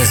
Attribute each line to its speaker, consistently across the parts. Speaker 1: Ez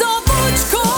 Speaker 2: a bocskor!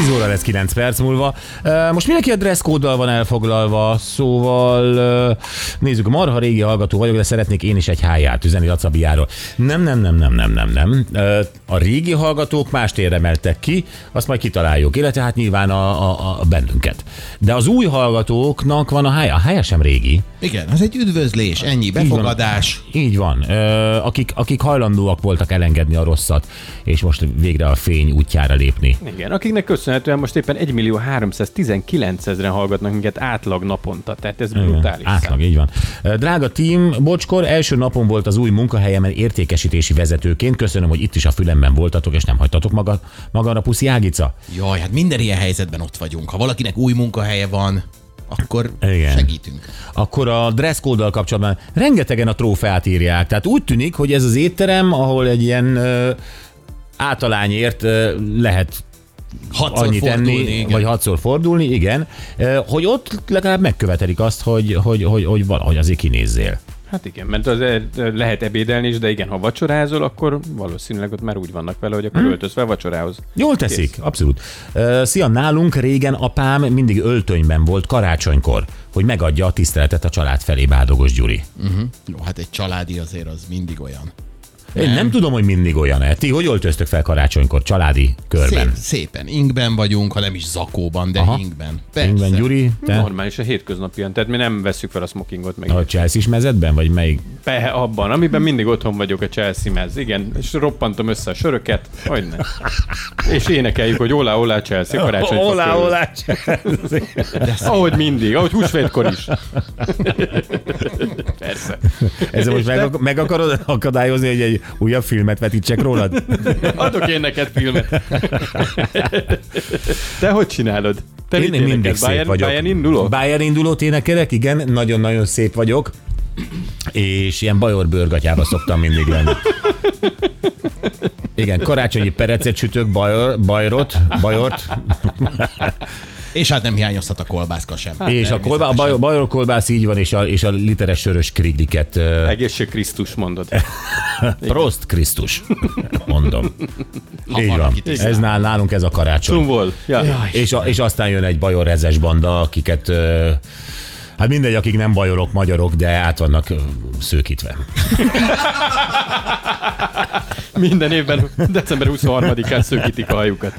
Speaker 3: 10 óra lesz 9 perc múlva. Ö, Most mindenki a dresszkóddal van elfoglalva, szóval ö, nézzük, marha régi hallgató vagyok, de szeretnék én is egy háját üzeni Lacabiáról. Nem, nem, nem, nem, nem, nem, nem. Ö, A régi hallgatók mást érdemeltek ki, azt majd kitaláljuk, illetve hát nyilván a, a, a bennünket. De az új hallgatóknak van a hája, a hája sem régi.
Speaker 4: Igen, az egy üdvözlés, ennyi, befogadás.
Speaker 3: Így van. Ö, Akik, akik hajlandóak voltak elengedni a rosszat, és most végre a fény útjára lépni.
Speaker 5: Igen, akiknek köszönhetően most éppen 1 millió 319 ezeren hallgatnak minket átlag naponta, tehát ez brutális szám.
Speaker 3: Átlag, így van. Drága team, Bocskor, első napon volt az új munkahelyemen értékesítési vezetőként. Köszönöm, hogy itt is a fülemben voltatok, és nem hagytatok maga, magára puszi Ágica.
Speaker 4: Jaj, hát minden ilyen helyzetben ott vagyunk. Ha valakinek új munkahelye van, akkor
Speaker 3: Igen.
Speaker 4: Igen. segítünk.
Speaker 3: Akkor a dresszkóddal kapcsolatban rengetegen a trófeát írják. Tehát úgy tűnik, hogy ez az étterem, ahol egy ilyen ö, általányért ö, lehet
Speaker 4: Hatszor
Speaker 3: annyit enni,
Speaker 4: fordulni, igen.
Speaker 3: vagy hatszor fordulni, igen, Ö, hogy ott legalább megkövetelik azt, hogy, hogy, hogy, hogy valahogy azért kinézzél.
Speaker 5: Hát igen, mert az lehet ebédelni is, de igen, ha vacsorázol, akkor valószínűleg ott már úgy vannak vele, hogy akkor hmm. öltöz fel vacsorához.
Speaker 3: Hm? Jól teszik, Kész. abszolút. Ö, Szia, nálunk régen apám mindig öltönyben volt karácsonykor, hogy megadja a tiszteletet a család felé, Bádogos Gyuri.
Speaker 4: Jó, hát egy családi azért az mindig olyan.
Speaker 3: Én nem tudom, hogy mindig olyan-e. Ti hogy öltöztök fel karácsonykor családi körben?
Speaker 4: Szép, szépen ingben vagyunk, ha nem is zakóban, de
Speaker 3: Aha.
Speaker 4: Aha. ingben. Persze.
Speaker 3: Ingben Gyuri, te?
Speaker 5: Normális a hétköznapian, tehát mi nem veszük fel a smokingot meg.
Speaker 3: A Chelsea mezetben, vagy melyik?
Speaker 5: Be abban, amiben mindig otthon vagyok a Chelsea-mez. Igen, és roppantom össze a söröket, hogy ne. És énekeljük, hogy olá, olá, Chelsea, karácsony.
Speaker 3: Chelsea.
Speaker 5: Ahogy mindig, ahogy húsvétkor is. Persze.
Speaker 3: Ezzel most meg, meg akarod akadályozni, hogy egy újabb filmet vetítsek rólad?
Speaker 5: Adok én neked filmet. Te hogy csinálod? Te
Speaker 3: Én
Speaker 5: mit énekelsz?
Speaker 3: mindig szép
Speaker 5: Bayern,
Speaker 3: vagyok.
Speaker 5: Bayern induló?
Speaker 3: Bayern indulót énekelek, igen, nagyon-nagyon szép vagyok. És ilyen bajor bőrgatyába szoktam mindig lenni. Igen, karácsonyi perecet sütök, bajor, bajrot, bajort,
Speaker 4: És hát nem hiányozhat a kolbászka sem. Hát,
Speaker 3: és a, kolbá, a bajor, bajor kolbász így van, és a, és a literes sörös krigliket. ö,
Speaker 5: Egészség Krisztus mondod.
Speaker 3: Prost Krisztus, mondom. Így van.
Speaker 4: valaki tisztán.
Speaker 3: Ez nál, nálunk ez a karácsony.
Speaker 5: Tumvol. Ja.
Speaker 3: És, a, és aztán jön egy bajor rezes banda, akiket, ö, hát mindegy, akik nem bajorok, magyarok, de át vannak ö, szőkítve.
Speaker 5: Minden évben december 23-án szökítik a hajukat.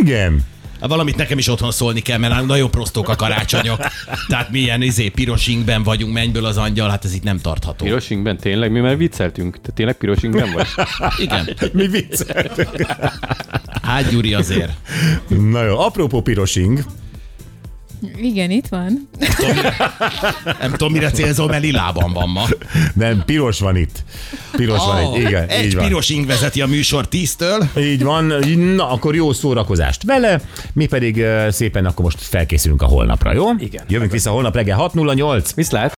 Speaker 3: Igen.
Speaker 4: Hát Valamit nekem is otthon szólni kell, mert nálunk nagyon prostók a karácsonyok. Tehát milyen izé, piros ingben vagyunk, mennyből az angyal, hát ez itt nem tartható.
Speaker 5: Pirosingben tényleg, mi már vicceltünk. Te tényleg pirosingben vagy?
Speaker 4: Igen.
Speaker 3: Mi vicce.
Speaker 4: Hát Gyuri azért.
Speaker 3: Na jó, apropó pirosing.
Speaker 6: Igen, itt van.
Speaker 4: Nem tudom, mire célzol, mert lilában van ma. Ah,
Speaker 3: Nem, piros van itt. Piros van itt. Igen,
Speaker 4: egy
Speaker 3: így van.
Speaker 4: piros ing vezeti a műsor 10-től.
Speaker 3: Így van, na akkor jó szórakozást vele, mi pedig ö, szépen akkor most felkészülünk a holnapra, jó?
Speaker 5: Igen.
Speaker 3: Jövünk vissza holnap reggel 6.08.
Speaker 5: Viszlát!